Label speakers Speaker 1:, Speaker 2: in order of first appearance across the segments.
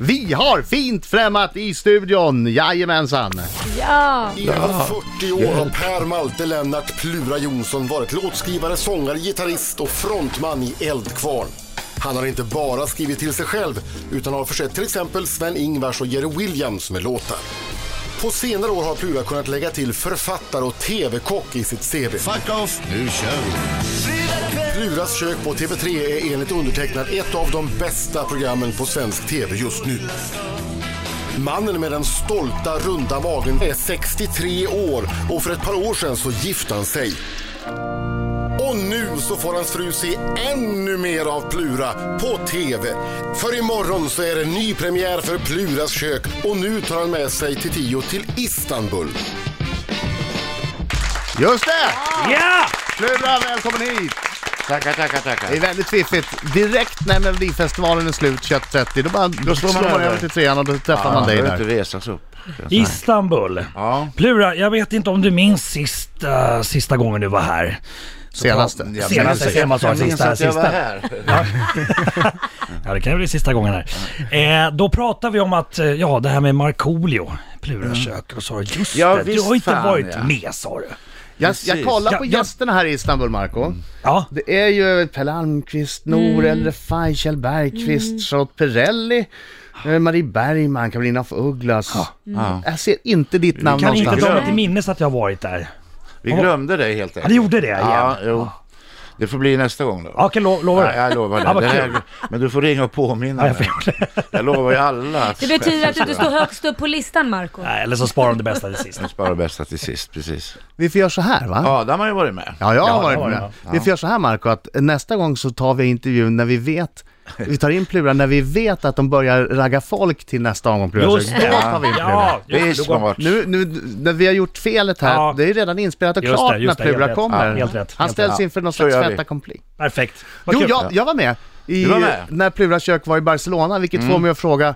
Speaker 1: Vi har fint främmat i studion, jajamensan!
Speaker 2: Ja!
Speaker 3: I över 40 år har Per Malte Lennart Plura Jonsson varit låtskrivare, sångare, gitarrist och frontman i Eldkvarn. Han har inte bara skrivit till sig själv utan har försett till exempel Sven-Ingvars och Jerry Williams med låtar. På senare år har Plura kunnat lägga till författare och TV-kock i sitt CV.
Speaker 4: Fuck off, nu kör vi!
Speaker 3: Pluras kök på TV3 är enligt undertecknad ett av de bästa programmen på svensk TV just nu. Mannen med den stolta runda magen är 63 år och för ett par år sedan så gifte han sig. Och nu så får hans fru se ännu mer av Plura på TV. För imorgon så är det ny premiär för Pluras kök och nu tar han med sig Titiyo till Istanbul.
Speaker 1: Just det!
Speaker 5: Ja!
Speaker 1: Plura, välkommen hit!
Speaker 4: Tackar, tackar,
Speaker 1: Det är
Speaker 4: tackar.
Speaker 1: väldigt fiffigt. Direkt när Melodifestivalen är slut 21.30, då, bara, då slår man, över till trean och då träffar man dig
Speaker 4: behöver
Speaker 1: där.
Speaker 5: typ
Speaker 4: inte resas upp.
Speaker 5: Istanbul.
Speaker 4: Ja.
Speaker 5: Plura, jag vet inte om du minns sista, sista gången du var här.
Speaker 1: Senaste.
Speaker 4: Jag
Speaker 5: Senaste,
Speaker 4: minns-
Speaker 5: senaste,
Speaker 4: jag minns
Speaker 5: sista,
Speaker 4: att jag var
Speaker 5: sista.
Speaker 4: här.
Speaker 5: Ja, det kan ju bli sista gången här. Eh, då pratar vi om att, eh, ja, det här med Markoolio, Plura kök och så. Just
Speaker 4: Mm. Ja,
Speaker 5: det, du
Speaker 4: visst
Speaker 5: har inte
Speaker 4: fan,
Speaker 5: varit
Speaker 4: ja.
Speaker 5: med sa du.
Speaker 1: Jag, jag kollar på
Speaker 5: Ja, Mm. ja.
Speaker 1: gästerna här i Istanbul, Marco.
Speaker 5: Ja,
Speaker 1: Det är ju Pelle Almqvist,
Speaker 5: Mm.
Speaker 1: Norel Refai, Kjell Bergqvist, Charlotte Perrelli, eh, Marie Bergman, Karolina af Ugglas.
Speaker 4: Ja.
Speaker 1: Jag ser inte ditt namn
Speaker 5: kan inte
Speaker 1: någonstans.
Speaker 5: dra mig till minnes att jag har varit där.
Speaker 4: Vi glömde dig helt enkelt.
Speaker 5: Ja, ni gjorde det igen.
Speaker 4: Ja, jo. Det får bli nästa gång då.
Speaker 5: Ja, Okej, lo- lovar du?
Speaker 4: Ja, jag lovar
Speaker 5: Ja,
Speaker 4: det.
Speaker 5: vad
Speaker 4: det
Speaker 5: kul.
Speaker 4: här, men du får ringa och påminna
Speaker 5: Ja, jag
Speaker 4: mig. Jag lovar ju alla. att-
Speaker 2: Det betyder att du inte står högst upp på listan, Marco.
Speaker 5: Nej, eller så sparar de det bästa till sist.
Speaker 4: Jag sparar bästa till sist, precis.
Speaker 1: Vi får göra så här va?
Speaker 4: Adam har ju varit med.
Speaker 1: Ja, jag har
Speaker 5: Ja,
Speaker 1: varit
Speaker 5: jag har
Speaker 1: med.
Speaker 5: varit
Speaker 1: Vi får göra så här Marco, att nästa gång så tar vi intervjun när vi vet, vi tar in Plura när vi vet att de börjar ragga folk till nästa omgång Plura. Så då tar vi in Plura.
Speaker 5: Ja, just
Speaker 4: Det är
Speaker 5: då går-
Speaker 4: smart.
Speaker 1: Nu, nu, när vi har gjort felet här,
Speaker 5: Ja.
Speaker 1: det är redan inspelat och
Speaker 5: Just
Speaker 1: klart
Speaker 5: det, just
Speaker 1: när
Speaker 5: det,
Speaker 1: Plura
Speaker 5: helt rätt.
Speaker 1: kommer.
Speaker 5: Ja, helt rätt,
Speaker 1: Han
Speaker 5: helt
Speaker 1: ställs
Speaker 5: rätt.
Speaker 1: inför någon
Speaker 4: Så
Speaker 1: slags
Speaker 4: gör vi.
Speaker 1: fait accompli.
Speaker 5: Perfekt. Vad
Speaker 1: Jo,
Speaker 5: kul.
Speaker 1: jag, jag var med, i,
Speaker 4: Du var med? Mm.
Speaker 1: när Plura kök var i Barcelona, vilket får mig att fråga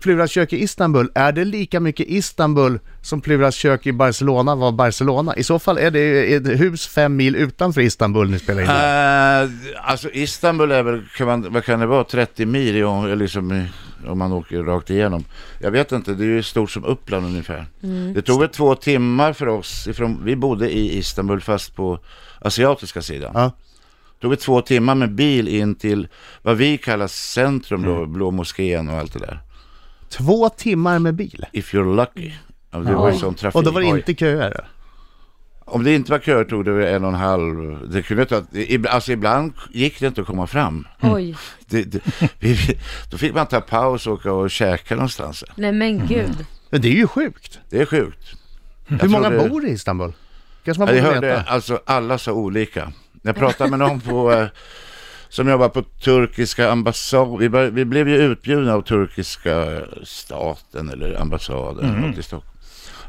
Speaker 1: Pluras kök i Istanbul, är det lika mycket Istanbul som Pluras kök i Barcelona var Barcelona? I så fall är det ett hus fem mil utanför Istanbul ni spelar in i.
Speaker 4: Eh, alltså Istanbul är väl, kan man, vad kan det vara, 30 mil i, om- liksom, i- om man åker rakt igenom. Jag vet inte, det är ju stort som Uppland ungefär. Det tog väl två timmar för oss, ifrån, vi bodde i Istanbul fast på asiatiska sidan.
Speaker 1: Ja.
Speaker 4: Det tog väl två timmar med bil in till vad vi kallar centrum då,
Speaker 1: Mm.
Speaker 4: Blå moskén och allt det där.
Speaker 1: Två timmar med bil.
Speaker 4: If you're lucky. Ja, Det var ju sån trafik.
Speaker 1: Och då var det
Speaker 4: Oj.
Speaker 1: inte köer.
Speaker 4: Om det inte var köer tog det väl en och en halv. Det kunde ta, ib- alltså ibland gick det inte att komma fram.
Speaker 2: Oj.
Speaker 4: Det, det, vi, vi- då fick man ta paus och åka och käka någonstans.
Speaker 2: Nej men gud.
Speaker 1: Men det är ju sjukt.
Speaker 4: Det är sjukt.
Speaker 1: Hur många
Speaker 4: trodde-
Speaker 1: bor i Istanbul? Kanske man
Speaker 4: Jag
Speaker 1: borde
Speaker 4: hörde,
Speaker 1: veta.
Speaker 4: alltså alla sa olika. Jag pratade med någon på, eh, som jobbar på turkiska ambassaden. Vi, bör- vi blev ju utbjudna av turkiska staten eller ambassaden
Speaker 1: Mm.
Speaker 4: eller något i Stockholm.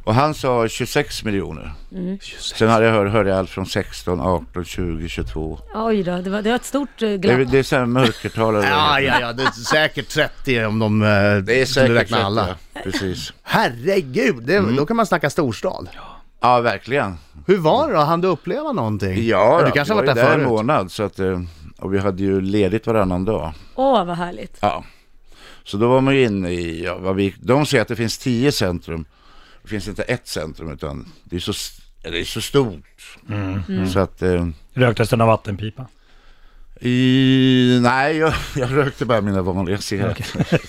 Speaker 4: Och han sa 26 miljoner.
Speaker 1: Mm.
Speaker 4: Sen hade jag hört, hörde jag allt från 16, 18, 20, 22.
Speaker 2: Oj då, det var, det var ett stort eh,
Speaker 4: Det är,
Speaker 2: glapp.
Speaker 4: det är så här mörkertal. över-
Speaker 1: Ja, ja, ja, det är säkert 30 om de eh,
Speaker 4: Det är
Speaker 1: skulle
Speaker 4: säkert
Speaker 1: räkna alla.
Speaker 4: 30, ja. Precis.
Speaker 1: Herregud, det, då kan man snacka storstad.
Speaker 4: Ja, verkligen.
Speaker 1: Hur var det då? Hann du uppleva någonting?
Speaker 4: Ja,
Speaker 1: du kanske har varit
Speaker 4: var ju
Speaker 1: där
Speaker 4: en
Speaker 1: förut?
Speaker 4: månad så att, eh, och vi hade ju ledigt varannan dag.
Speaker 2: Åh vad härligt.
Speaker 4: Ja. Så då var man ju inne i, ja, vad vi, de säger att det finns tio centrum. Det finns inte ett centrum utan det är så, s- det är så stort.
Speaker 1: Mm.
Speaker 4: Så att, eh,
Speaker 5: Röktes den av vattenpipa?
Speaker 4: i, nej jag, jag rökte bara mina vanliga cigaretter.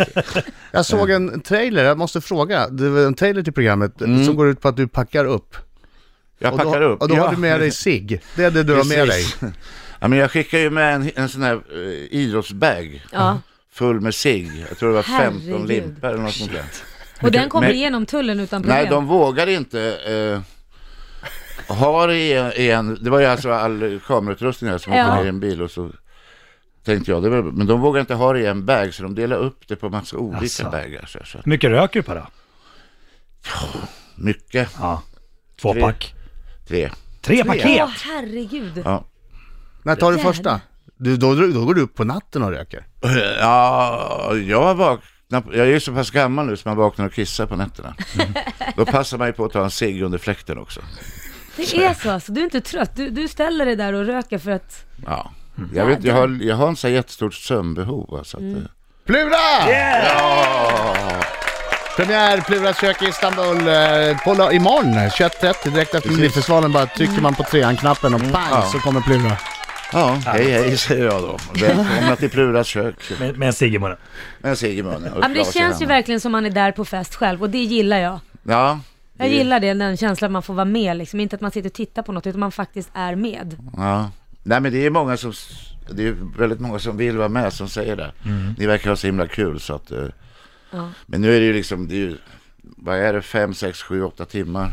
Speaker 1: Jag såg en trailer, jag måste fråga. Det var en trailer till programmet som går ut på att du packar upp.
Speaker 4: Mm. Jag
Speaker 1: Och då,
Speaker 4: packar upp.
Speaker 1: Och då
Speaker 4: ja.
Speaker 1: har du med dig cigg. Det är det du har med dig.
Speaker 4: Precis. Ja, men jag skickar ju med en, en sån här eh, idrottsbag
Speaker 2: Ja.
Speaker 4: full med cigg. Jag tror det var 15
Speaker 2: Herregud.
Speaker 4: limpor eller något sånt där.
Speaker 2: Och den kommer
Speaker 4: Men-
Speaker 2: igenom tullen utan problem.
Speaker 4: Nej, de vågar inte eh, ha det i en, i en... Det var ju alltså all kamerautrustning här som
Speaker 2: Ja.
Speaker 4: åkte ner i en bil och så tänkte jag, det var, men de vågar inte ha det i en bag så de delar upp det på massa olika
Speaker 5: Alltså.
Speaker 4: bagar. Så, så.
Speaker 5: Hur mycket röker du på då?
Speaker 4: Mycket,
Speaker 5: Ja, två
Speaker 4: Tre.
Speaker 5: pack.
Speaker 4: tre.
Speaker 5: Tre
Speaker 2: Åh
Speaker 5: paket!
Speaker 2: herregud.
Speaker 4: Ja.
Speaker 1: När tar du
Speaker 2: Jävlar.
Speaker 1: första? Du, då, då går du upp på natten och röker.
Speaker 4: Eh, Ja, jag vaknar... Jag är ju så pass gammal nu så man vaknar och kissar på nätterna. Då passar man ju på att ta en cigg under fläkten också.
Speaker 2: Det är så alltså, du är inte trött. Du, du ställer dig där och röker för att...
Speaker 4: Mm. Ja. Jag, vet, jag, har, jag har en så här jättestort sömnbehov. va, Så att, eh,
Speaker 1: Plura! Premiär Pluras kök i Istanbul eh, på lö- imorgon 21.30 direkt efter Melodifestivalen. Bara trycker man på trean-knappen och pang
Speaker 4: Mm. Ja.
Speaker 1: så kommer Plura.
Speaker 4: Ja, hej hej säger jag då. Välkomna till Pluras kök.
Speaker 5: Med, med en cigg i munnen.
Speaker 4: Med en cigg i munnen och
Speaker 2: Ja, men
Speaker 4: ett
Speaker 2: det
Speaker 4: glas i
Speaker 2: känns ju
Speaker 4: handen.
Speaker 2: verkligen som man är där på fest själv och det gillar jag.
Speaker 4: Ja,
Speaker 2: Jag gillar det, den känslan man får vara med liksom. Inte att man sitter och tittar på något utan man faktiskt är med.
Speaker 4: ja. Nej men det är många som, det är ju väldigt många som vill vara med som säger det.
Speaker 1: Mm.
Speaker 4: Ni verkar ha så himla kul så att, eh,
Speaker 2: Ja.
Speaker 4: men nu är det ju liksom, det är ju, vad är det, fem, sex, sju, åtta timmar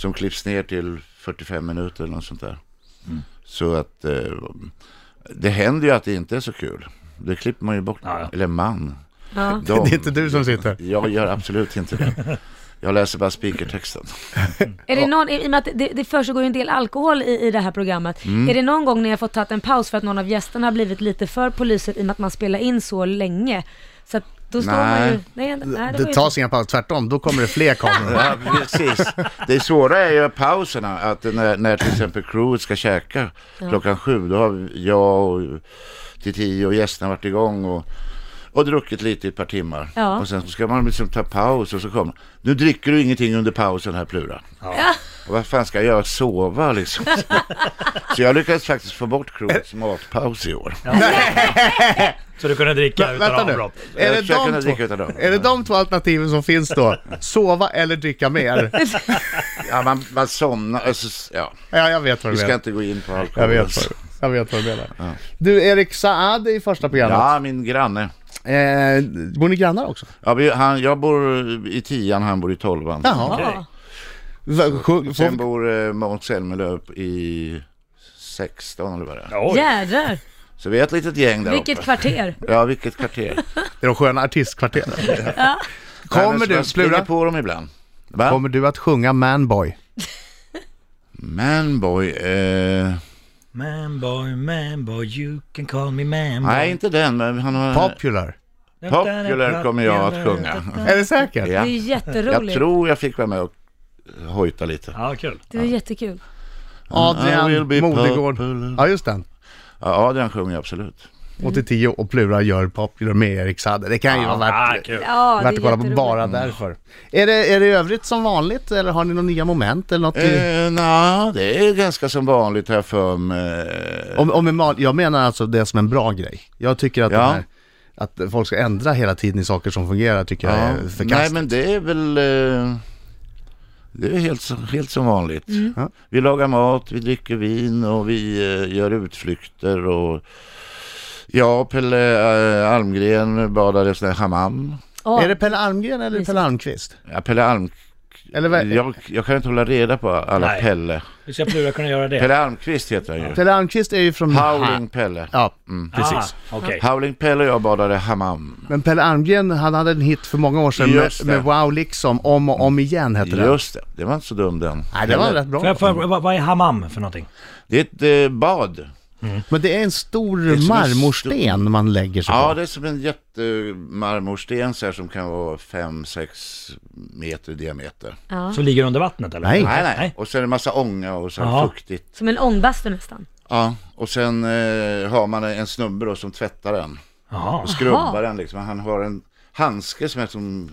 Speaker 4: som klipps ner till 45 minuter eller något sånt där.
Speaker 1: Mm.
Speaker 4: Så att eh, det händer ju att det inte är så kul. Det klipper man ju bort.
Speaker 5: Ja, ja.
Speaker 4: Eller man.
Speaker 2: Ja.
Speaker 4: De.
Speaker 1: Det är inte du som sitter.
Speaker 4: Jag gör absolut inte det. Jag läser bara speakertexten.
Speaker 2: Är det någon, i i och med att det, det försiggår ju en del alkohol i, i det här programmet,
Speaker 1: Mm.
Speaker 2: är det någon gång ni har fått ta en paus för att någon av gästerna har blivit lite för poliser i och med att man spelar in så länge? Så att då står man ju...
Speaker 4: Nej.
Speaker 2: Nej, nej, det var
Speaker 1: Det
Speaker 2: ju...
Speaker 1: tas inga pauser, tvärtom. Då kommer det fler kameror.
Speaker 4: Ja, precis. Det svåra är ju pauserna. Att när, när till exempel crewet ska käka klockan sju, då har jag och till tio och gästerna varit igång och, och druckit lite i ett par timmar.
Speaker 2: Ja.
Speaker 4: Och sen så ska man liksom ta paus och så kommer Nu dricker du ingenting under pausen här Plura. Och vad fan ska jag göra? Sova liksom. så jag lyckades faktiskt få bort crewets
Speaker 1: Eh.
Speaker 4: matpaus i år.
Speaker 5: Så du kunde dricka utan
Speaker 1: Vänta nu.
Speaker 5: avbrott.
Speaker 1: Är det,
Speaker 4: Jag försöker kunna dricka
Speaker 1: de
Speaker 4: utan
Speaker 1: två,
Speaker 4: dem.
Speaker 1: är det de två alternativen som finns då? Sova eller dricka mer?
Speaker 4: Ja, man, man somnar. Alltså, ja.
Speaker 1: Ja, jag vet vad
Speaker 4: Vi
Speaker 1: du
Speaker 4: ska
Speaker 1: menar.
Speaker 4: inte gå in på
Speaker 1: Jag
Speaker 4: alkohol.
Speaker 1: vet vad du, jag vet vad du menar. Du, Erik Saade i första programmet.
Speaker 4: Ja, min granne.
Speaker 1: Eh, bor ni grannar också?
Speaker 4: Ja, vi, han, jag bor i tian, han bor i tolvan.
Speaker 1: Jaha.
Speaker 2: Ja.
Speaker 1: Va- sjung-
Speaker 4: Sen
Speaker 1: får-
Speaker 4: bor eh, Måns Zelmerlöw i 16 eller vad det är.
Speaker 5: Oj.
Speaker 2: Jädrar,
Speaker 4: Så vi är ett litet gäng där
Speaker 2: vilket
Speaker 4: uppe.
Speaker 2: kvarter!
Speaker 4: Ja, vilket kvarter.
Speaker 1: Det är de sköna artistkvarteren.
Speaker 4: Nej, men
Speaker 1: Kommer
Speaker 4: så
Speaker 1: du,
Speaker 4: jag springer
Speaker 1: Plura?
Speaker 4: på dem ibland. Va?
Speaker 1: Kommer du att sjunga Manboy?
Speaker 4: Manboy, eh...
Speaker 5: Manboy, manboy, you can call me manboy.
Speaker 4: Nej, inte den, men han har...
Speaker 1: Popular.
Speaker 4: Popular kommer jag att sjunga.
Speaker 1: Är det säkert?
Speaker 2: Det är
Speaker 4: Ja.
Speaker 2: ju
Speaker 4: Jag
Speaker 2: jätteroligt.
Speaker 4: tror jag fick vara med och hojta lite.
Speaker 5: Ja, kul.
Speaker 2: Det var jättekul.
Speaker 4: I
Speaker 1: Adrian
Speaker 4: will be
Speaker 1: Modegård.
Speaker 4: popular.
Speaker 1: Ja, just den.
Speaker 4: Ja, Adrian sjunger absolut.
Speaker 1: 80-10 och Plura gör Popular med Erik Saade. Det kan ju vara
Speaker 5: Ja,
Speaker 1: värt,
Speaker 5: Ah, kul.
Speaker 2: Ja, det är
Speaker 1: värt att kolla på
Speaker 2: jätteroligt.
Speaker 1: bara därför. Är det, är det i övrigt som vanligt eller har ni några nya moment eller något? i-
Speaker 4: Eh, Nja, det är ganska som vanligt här för mig.
Speaker 1: Om, om en mal- jag menar alltså det som en bra grej. Jag tycker att,
Speaker 4: Ja.
Speaker 1: den här, att folk ska ändra hela tiden i saker som fungerar tycker jag är
Speaker 4: Nej,
Speaker 1: förkastligt.
Speaker 4: men det är väl... eh, Det är helt, som- helt som vanligt.
Speaker 1: Ja.
Speaker 4: Vi lagar mat, vi dricker vin och vi eh, gör utflykter och... Ja, Pelle eh, Almgren badade i sån här hammam.
Speaker 2: Ja.
Speaker 1: Är det Pelle Almgren eller Pelle Almqvist?
Speaker 4: Ja, Pelle Alm...
Speaker 1: Eller vad-
Speaker 4: Jag, jag kan inte hålla reda på alla
Speaker 5: Nej.
Speaker 4: Pelle.
Speaker 5: Hur ska Plura kunna göra det?
Speaker 4: Pelle Almqvist heter han ju.
Speaker 1: Pelle Almqvist är ju från...
Speaker 4: Howling Mm. Pelle.
Speaker 1: Ja,
Speaker 5: Precis. Ah, Okej.
Speaker 4: Howling Pelle och jag badade hammam.
Speaker 1: men Pelle Almgren han hade en hit för många år sedan med,
Speaker 4: Just det.
Speaker 1: med Wow liksom, om och om igen hette den.
Speaker 4: Just det, det var inte så dum den.
Speaker 1: Nej, det var rätt
Speaker 5: Får
Speaker 1: bra.
Speaker 5: jag fråga, vad, vad är hammam för någonting?
Speaker 4: Det är ett eh, bad.
Speaker 1: Men det är en stor
Speaker 4: är som en
Speaker 1: marmorsten man lägger sig
Speaker 4: Ja,
Speaker 1: på.
Speaker 4: det är som en jättemarmorsten så här som kan vara 5-6 meter i diameter.
Speaker 2: Ja.
Speaker 5: Som ligger under vattnet eller?
Speaker 1: Nej.
Speaker 4: Nej, nej.
Speaker 5: Nej.
Speaker 4: Och sen är det massa ånga och så här
Speaker 5: Jaha.
Speaker 4: fuktigt.
Speaker 2: Som en ångbastu nästan.
Speaker 4: Ja, och sen eh, har man en snubbe då som tvättar den.
Speaker 5: Jaha.
Speaker 4: Och skrubbar den liksom. Han har en handske som är som,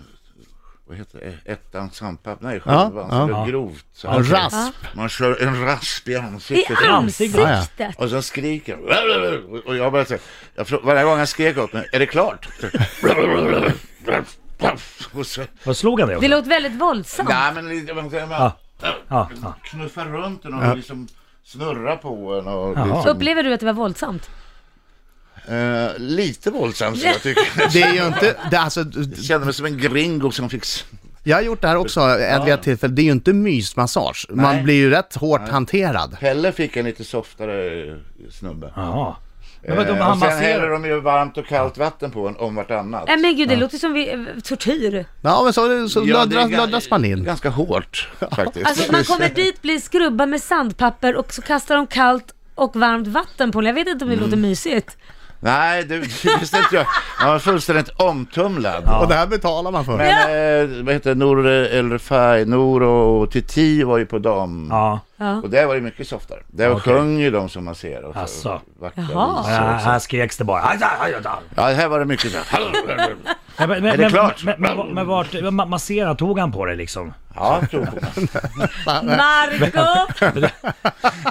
Speaker 4: vad heter det, ettans handpapper? Nej, själva.
Speaker 1: ja.
Speaker 4: Han ja. grovt. Så
Speaker 1: En
Speaker 4: här.
Speaker 1: rasp.
Speaker 4: Man kör en rasp i
Speaker 2: I
Speaker 4: ansiktet.
Speaker 2: ansiktet!
Speaker 4: Och så skriker han. Och jag började säga, jag, frå- varje gång han skrek åt mig, är det klart? Och så,
Speaker 5: Vad slog han dig
Speaker 2: Det
Speaker 5: också?
Speaker 2: låter väldigt våldsamt.
Speaker 4: nej men lite, man, man
Speaker 5: Ja. Ja, ja.
Speaker 4: knuffar runt den och liksom snurrar på en och liksom,
Speaker 2: Upplever du att det var våldsamt?
Speaker 4: eh, lite våldsamt så jag tycker.
Speaker 1: Det är ju inte, det, är alltså,
Speaker 4: Jag kände mig som en gringo som fick, s-
Speaker 1: jag har gjort det här också ett vid ett tillfälle, det är ju inte mysmassage. Man blir ju rätt hårt hanterad.
Speaker 4: Pelle fick en lite softare eh, snubbe.
Speaker 5: Jaha. Men vadå,
Speaker 4: Eh,
Speaker 5: han
Speaker 4: och sen häller
Speaker 5: masserar?
Speaker 4: de ju varmt och kallt vatten på en om vartannat.
Speaker 2: Nej men gud, det låter som vi, eh, tortyr.
Speaker 1: Ja men så, så
Speaker 4: Ja, det är
Speaker 1: löddras,
Speaker 4: ga-
Speaker 1: löddras man in.
Speaker 4: Ganska hårt faktiskt.
Speaker 2: Alltså man kommer dit, blir skrubbad med sandpapper och så kastar de kallt och varmt vatten på en. Jag vet inte om det låter mysigt.
Speaker 4: Nej, du, det visste inte jag. Han var fullständigt omtumlad.
Speaker 1: Och det här betalar man för.
Speaker 4: Men eh, vad heter Nour El Refai, Nour och Titi var ju på dam.
Speaker 5: Ja.
Speaker 2: Ja.
Speaker 4: Och där var det mycket softare. Där
Speaker 5: Okej.
Speaker 4: sjöng ju de som man ser. Och så,
Speaker 5: Asså.
Speaker 4: vackra
Speaker 2: Jaha.
Speaker 5: Ja,
Speaker 4: visor och så.
Speaker 5: här skreks det bara.
Speaker 4: Ja, här var det mycket så här.
Speaker 5: Men, men,
Speaker 4: Är det
Speaker 5: men-
Speaker 4: klart?
Speaker 5: Men, men, men, men vart, ma- massera, tog han på dig liksom?
Speaker 4: Ja, jag tror på det.
Speaker 2: Marco!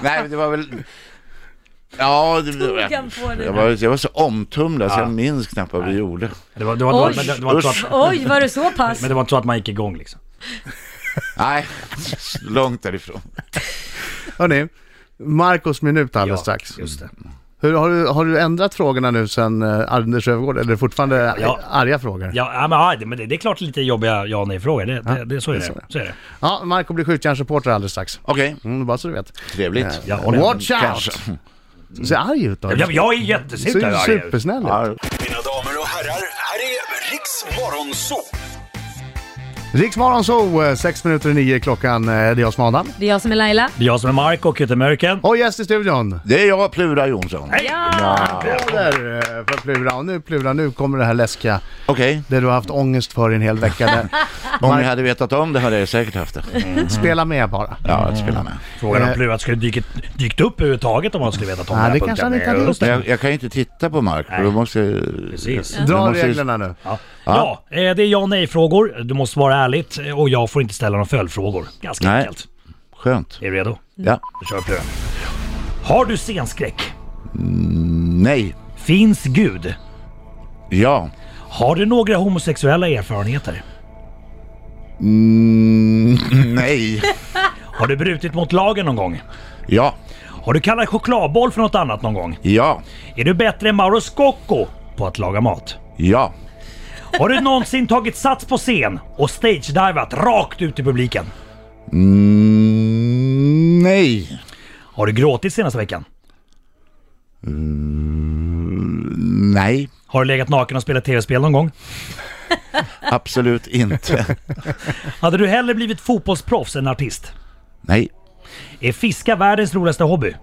Speaker 4: Nej, men det var väl... Ja, det,
Speaker 2: Tog han på dig?
Speaker 4: jag, var, jag var så omtumlad så
Speaker 5: Ja.
Speaker 4: jag minns knappt vad vi gjorde.
Speaker 5: Det var, det var,
Speaker 2: Oj.
Speaker 5: men det, det var inte så att,
Speaker 2: Oj, var det så pass?
Speaker 5: men det var inte så att man gick igång liksom.
Speaker 4: Nej, långt därifrån.
Speaker 1: Hörni, Marcos minut alldeles
Speaker 5: Ja,
Speaker 1: strax. Mm.
Speaker 5: Just det.
Speaker 1: Hur, har, du, har du ändrat frågorna nu sen eh, Anders Öfvergård? Eller är det fortfarande
Speaker 5: Ja.
Speaker 1: arga frågor?
Speaker 5: Ja, ja, men, ja, det- men det, det är klart lite jobbiga ja och nej-frågor. Det, det, det, så är det.
Speaker 1: så är det.
Speaker 5: Så är det.
Speaker 1: Ja, Marco blir skjutjärnsreporter alldeles strax.
Speaker 4: Okej,
Speaker 1: Mm, bara så du vet.
Speaker 4: trevligt.
Speaker 5: Ja, och det-
Speaker 1: Watch
Speaker 4: Kanske.
Speaker 1: out! Du ser arg ut då.
Speaker 5: Ja, men jag är
Speaker 1: Du
Speaker 5: jättesur.
Speaker 1: ser
Speaker 5: jag är-
Speaker 1: supersnäll ut.
Speaker 4: Ja,
Speaker 6: Mina damer och herrar, här är Riks Morgonzoo!
Speaker 1: Riksmorgon så, eh, sex minuter i nio klockan. eh, Det är jag som är Adam.
Speaker 2: Det är jag som är Laila.
Speaker 5: Det är jag som är Mark och Kutte Mörken.
Speaker 1: Och gäst i studion.
Speaker 4: Det är jag, Plura Jonsson.
Speaker 2: Ja!
Speaker 1: Applåder eh, för Plura. Och nu Plura, nu kommer det här läskiga.
Speaker 4: Okej,
Speaker 1: Det du har haft ångest för i en hel vecka. Där.
Speaker 4: om ni hade vetat om det hade jag säkert haft det.
Speaker 1: Spela med bara.
Speaker 4: Ja, att spela med.
Speaker 5: Frågan om
Speaker 1: Eh.
Speaker 5: Plurat skulle dykt, dykt upp överhuvudtaget om han skulle vetat om
Speaker 1: Nej,
Speaker 5: den här
Speaker 1: det kanske han
Speaker 5: punkten.
Speaker 1: inte hade gjort.
Speaker 4: Men Jag, jag kan ju inte titta på Mark, för då måste jag...
Speaker 5: Precis.
Speaker 4: då
Speaker 1: Dra
Speaker 4: måste jag-
Speaker 1: reglerna nu.
Speaker 5: Ja, ja eh, det är ja och nej-frågor. Du måste vara ärligt eh, och jag får inte ställa några följdfrågor. Ganska
Speaker 4: Nej.
Speaker 5: enkelt.
Speaker 4: Skönt.
Speaker 5: Är du redo?
Speaker 4: Ja.
Speaker 5: Då kör vi Plura. Har du scenskräck?
Speaker 4: Nej.
Speaker 5: Finns Gud?
Speaker 4: Ja.
Speaker 5: Har du några homosexuella erfarenheter?
Speaker 4: Mm, nej.
Speaker 5: Har du brutit mot lagen någon gång?
Speaker 4: Ja.
Speaker 5: Har du kallat chokladboll för något annat någon gång?
Speaker 4: Ja.
Speaker 5: Är du bättre än Mauro Scocco på att laga mat?
Speaker 4: Ja.
Speaker 5: Har du någonsin tagit sats på scen och stage-divat rakt ut i publiken?
Speaker 4: Mm, nej.
Speaker 5: Har du gråtit senaste veckan?
Speaker 4: Nej.
Speaker 5: Har du legat naken och spelat tv-spel någon gång?
Speaker 4: Absolut inte.
Speaker 5: Hade du hellre blivit fotbollsproffs än artist?
Speaker 4: Nej.
Speaker 5: Är fiska världens roligaste hobby?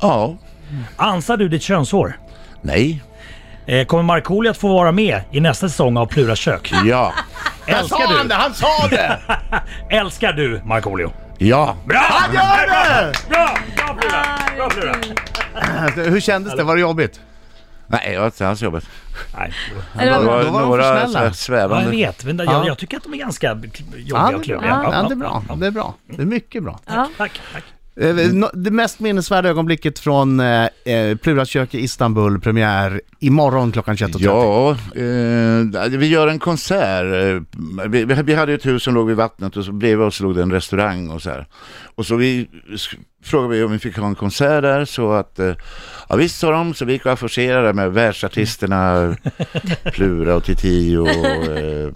Speaker 4: Ja.
Speaker 5: Ansar du ditt könshår?
Speaker 4: Nej.
Speaker 5: Eh, kommer Markoolio att få vara med i nästa säsong av Pluras kök?
Speaker 4: Ja.
Speaker 5: Älskar
Speaker 1: Sa han det?
Speaker 5: du,
Speaker 1: Han sa det!
Speaker 5: älskar du Markoolio?
Speaker 4: Ja.
Speaker 5: Bra! Han
Speaker 1: gör det!
Speaker 5: Bra! Bra Plura! Bra Plura!
Speaker 1: Hur kändes det? Var det jobbigt?
Speaker 4: Nej, jag har inte alls jobbat.
Speaker 5: Nej,
Speaker 2: Det
Speaker 4: Det
Speaker 2: var bra.
Speaker 4: var
Speaker 1: Då var de för snälla.
Speaker 4: några så här
Speaker 5: Ja, jag
Speaker 4: svävande.
Speaker 5: vet, men jag, jag tycker att de är ganska jobbiga
Speaker 1: Ja,
Speaker 5: och
Speaker 1: det, ja,
Speaker 5: kluriga. Ja,
Speaker 1: ja, det är
Speaker 5: ja,
Speaker 1: bra.
Speaker 5: ja.
Speaker 1: Det är bra. Det är mycket bra.
Speaker 2: Ja.
Speaker 5: Tack, tack.
Speaker 1: Eh, nå- Det mest minnesvärda ögonblicket från eh, eh, Pluras kök i Istanbul, premiär imorgon klockan 21.30.
Speaker 4: Ja, eh, vi gör en konsert. Eh, Vi, vi vi hade ju ett hus som låg vid vattnet och så bredvid oss låg det en restaurang och så här. Och så vi, sk- frågade vi om vi fick ha en konsert där så att, eh, ja visst sa de, så vi gick och affischerade med världsartisterna Plura och Titi och, eh,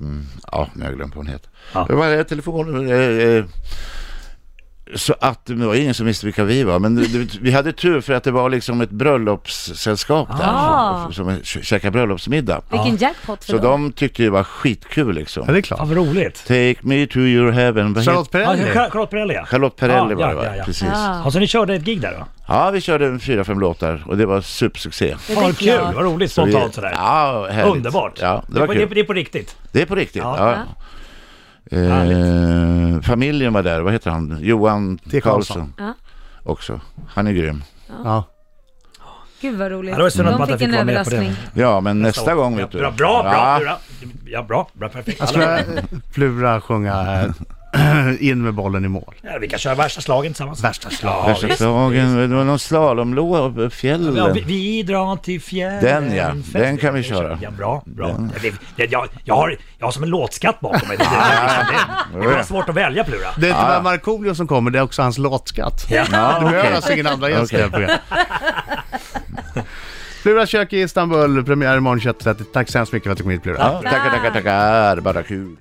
Speaker 4: ja nu har jag glömt vad hon heter.
Speaker 5: Ja.
Speaker 4: Det var det, telefon, eh, eh, så att det var ingen som visste vilka vi var, men det- vi hade tur för att det var liksom ett bröllopssällskap där
Speaker 2: Ah.
Speaker 4: som, som käkade bröllopsmiddag.
Speaker 2: Vilken jackpot för
Speaker 4: Så
Speaker 2: dem.
Speaker 4: de tyckte det var skitkul
Speaker 1: Ja,
Speaker 4: liksom.
Speaker 1: det är
Speaker 5: Fan
Speaker 1: klart.
Speaker 5: vad roligt.
Speaker 4: Take me to your heaven. Vad heter-
Speaker 1: Charlotte
Speaker 5: Ja,
Speaker 1: Perrelli.
Speaker 5: Char- Charlotte Perrelli ja.
Speaker 4: Charlotte Perrelli
Speaker 5: Ja,
Speaker 4: var det
Speaker 5: ja,
Speaker 4: va?
Speaker 5: ja, ja.
Speaker 4: Precis.
Speaker 2: Ah.
Speaker 5: Ja, så ni körde ett gig där då?
Speaker 4: Ja, vi körde en fyra, fem låtar och det var supersuccé.
Speaker 2: Det är
Speaker 5: Fan vad kul,
Speaker 2: klart.
Speaker 5: vad roligt
Speaker 4: Så vi-
Speaker 5: spontant sådär.
Speaker 4: Ja, härligt.
Speaker 5: Underbart.
Speaker 4: Ja, det
Speaker 5: är
Speaker 4: var
Speaker 5: på- är på-
Speaker 4: kul.
Speaker 5: det är på riktigt.
Speaker 4: Det är på riktigt.
Speaker 5: Ja.
Speaker 4: Ja. Eh, familjen var där, vad heter han? Johan
Speaker 1: T. Karlsson.
Speaker 4: Karlsson.
Speaker 2: Ja.
Speaker 4: Också. Han är grym.
Speaker 1: Ja.
Speaker 2: Gud vad roligt.
Speaker 5: Ja, det var synd att man
Speaker 2: de
Speaker 5: inte
Speaker 2: fick en
Speaker 5: fick vara med på
Speaker 2: överraskning.
Speaker 5: det.
Speaker 4: Ja, men nästa, gång
Speaker 5: ja,
Speaker 4: vet du.
Speaker 5: Bra, bra,
Speaker 4: ja.
Speaker 5: bra, bra. Ja, bra, bra, perfekt.
Speaker 1: Jag skulle eh, Plura sjunga eh, In med bollen i mål.
Speaker 5: Ja, vi kan köra värsta slagen tillsammans.
Speaker 1: Värsta slag.
Speaker 5: Ja,
Speaker 4: Värsta
Speaker 5: visst.
Speaker 4: slagen, det var någon slalomlåda uppe i fjällen.
Speaker 5: Ja, vi, vi drar till fjärden.
Speaker 4: Den, ja. Den kan vi köra.
Speaker 5: Ja, bra, bra. Ja, det, det, jag, jag, har, jag har som en låtskatt bakom mig. Det, det, det, det, det är bara svårt att välja Plura.
Speaker 1: Det är inte bara Markoolio som kommer, det är också hans låtskatt.
Speaker 4: Ja,
Speaker 1: Du behöver
Speaker 4: Ah, okej.
Speaker 1: alltså ingen andra gäst i
Speaker 4: Okej.
Speaker 1: det här programmet. Pluras kök i Istanbul, premiär imorgon 21.30. Tack så hemskt mycket för att du kom hit Plura.
Speaker 4: Ja, Tackar, tackar, tackar. Bara kul.